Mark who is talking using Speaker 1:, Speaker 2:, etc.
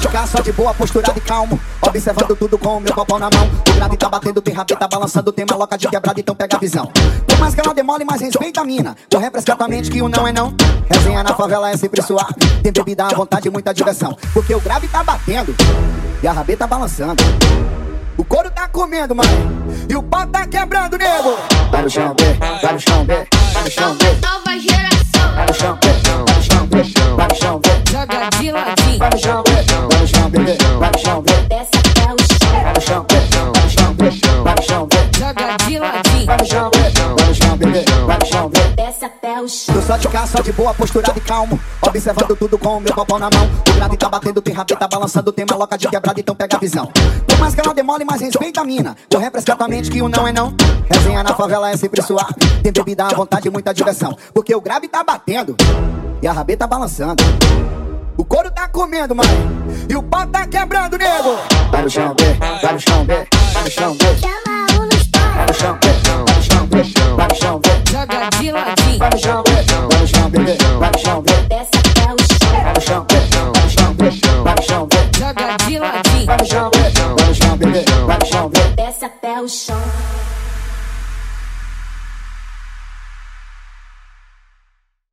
Speaker 1: jogar só de boa, postura de calmo. Observando tudo com o meu copão na mão. O grave tá batendo, tem rabeta tá balançando, tem maloca de quebrada, então pega a visão. Por mais que ela demole, mas respeita a mina. Correr prescritamente que o não é não. Resenha na favela é sempre suave. Tem bebida à vontade e muita diversão. Porque o grave tá batendo e a rabeta tá balançando. O couro tá comendo, mano. E o pau tá quebrando, nego. Vai no chão, vê. Vai no chão, vê. Vai no chão, vê.
Speaker 2: Nova geração.
Speaker 1: Vai no chão, vê. Vai no chão, vê. Vai no chão, vê.
Speaker 3: Joga de ladinho.
Speaker 1: Vai no chão, vê. Vai no chão, vê. Vai no chão, vê.
Speaker 2: Desce até o chão.
Speaker 1: Vai no chão, vê. Vai no chão, vê. Vai no chão, vê.
Speaker 3: Joga de ladinho.
Speaker 1: Vai no chão, vê. Vai no chão, vê. Vai no chão, vê.
Speaker 2: Desce até o chão.
Speaker 1: Tô só de cá, só de boa, postura de calmo. Observando tudo com o meu copão na mão. O grave tá batendo, tem rabeta balançando, tem maloca de quebrada, então pega a visão. Por mais que ela demole, mas respeita a mina. Correr prescritamente que o não é não. Resenha na favela é sempre suave. Tem bebida à vontade e muita diversão. Porque o grave tá batendo e a rabeta balançando. O couro tá comendo, mano. E o pau tá quebrando, nego. Vai no chão, vê. Vai no chão, vê. Vai no chão, vê.
Speaker 2: Chama o no story.
Speaker 1: Vai no chão, vê. Vai no chão, vê. Vai no chão, vê.
Speaker 3: Joga de ladinho.
Speaker 1: Vai no chão, vê. Vai no chão, vê. Vai no chão, vê.
Speaker 2: Desce até o chão.
Speaker 1: Vai no chão, vê. Vai no chão, vê. Vai no chão, vê.
Speaker 3: Joga de ladinho.
Speaker 1: Vai no chão, vê. Vai no chão, vê. Vai no chão, vê.
Speaker 2: Desce até o chão.